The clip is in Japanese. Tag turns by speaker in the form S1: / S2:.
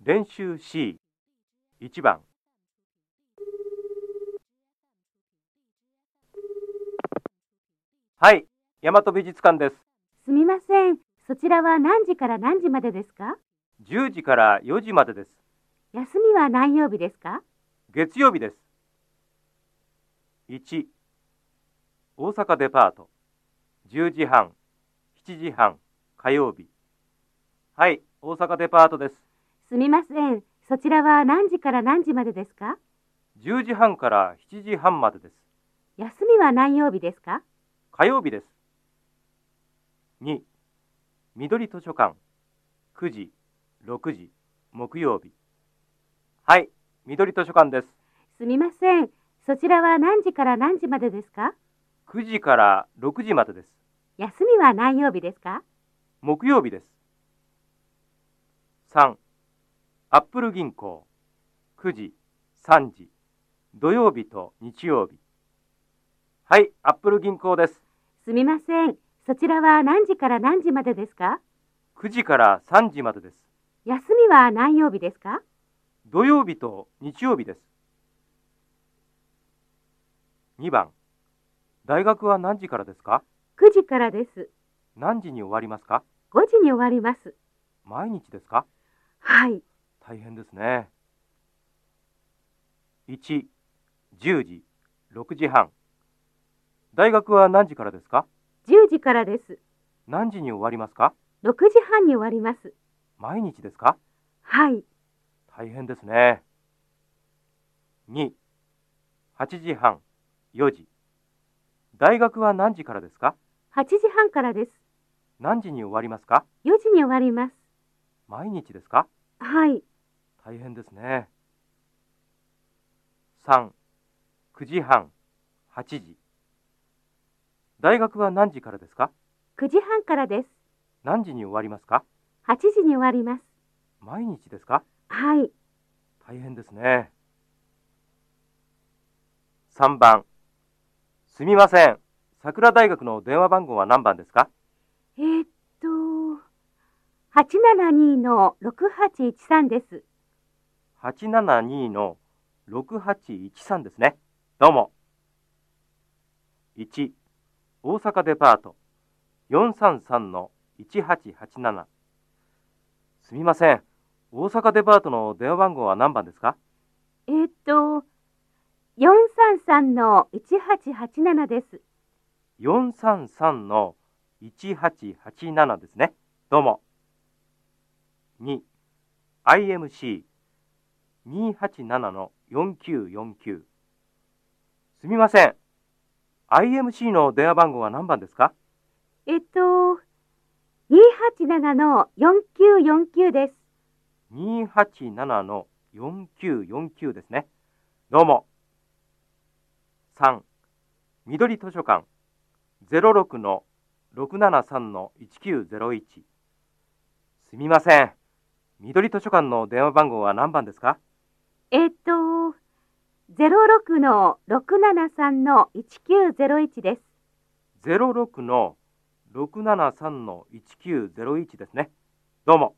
S1: 練習 C 1番はい大和美術館です
S2: みません。そちらは何時から何時までですか
S1: す10時から4時までです
S2: 休みは何曜日ですか
S1: 月曜日です1大阪デパート10時半7時半火曜日はい大阪デパートです
S2: すみません。そちらは何時から何時までですか
S1: 10時半から7時半までです
S2: 休みは何曜日ですか
S1: 火曜日です。2、緑図書館、9時、6時、木曜日。はい、緑図書館です。
S2: すみません。そちらは何時から何時までですか
S1: 9時から6時までです。
S2: 休みは何曜日ですか
S1: 木曜日です。3、アップル銀行、9時、3時、土曜日と日曜日。はい、アップル銀行です。
S2: すみません。そちらは何時から何時までですか
S1: 9時から3時までです。
S2: 休みは何曜日ですか
S1: 土曜日と日曜日です。2番、大学は何時からですか
S2: ?9 時からです。
S1: 何時に終わりますか
S2: 5時に終わります。
S1: 毎日ですか
S2: はい。
S1: 大変ですね。1、10時、6時半。大学は何時からですか
S2: 10時からです。
S1: 何時に終わりますか
S2: 6時半に終わります。
S1: 毎日ですか
S2: はい。
S1: 大変ですね。2、8時半、4時。大学は何時からですか
S2: 8時半からです。
S1: 何時に終わりますか
S2: 4時に終わります。
S1: 毎日ですか
S2: はい。
S1: 大変ですね。3、9時半、8時。大学は何時からですか
S2: 9時半からです。
S1: 何時に終わりますか
S2: 8時に終わります。
S1: 毎日ですか
S2: はい。
S1: 大変ですね。3番。すみません。桜大学の電話番号は何番ですか
S2: えーっと、872の6813です。
S1: ?872 の6813ですね。どうも。1、大阪デパート、433の1887。すみません。大阪デパートの電話番号は何番ですか
S2: えーっと、433の1887です。
S1: 433の1887ですね。どうも。2、IMC、287の4949。すみません。IMC の電話番号は何番ですか
S2: えーっと、287の4949です。
S1: ?287 の4949ですね。どうも。3、緑図書館、06の673の1901。すみません。緑図書館の電話番号は何番ですか
S2: えーっと、06の673の1901です。
S1: ?06 の673の1901ですね。どうも。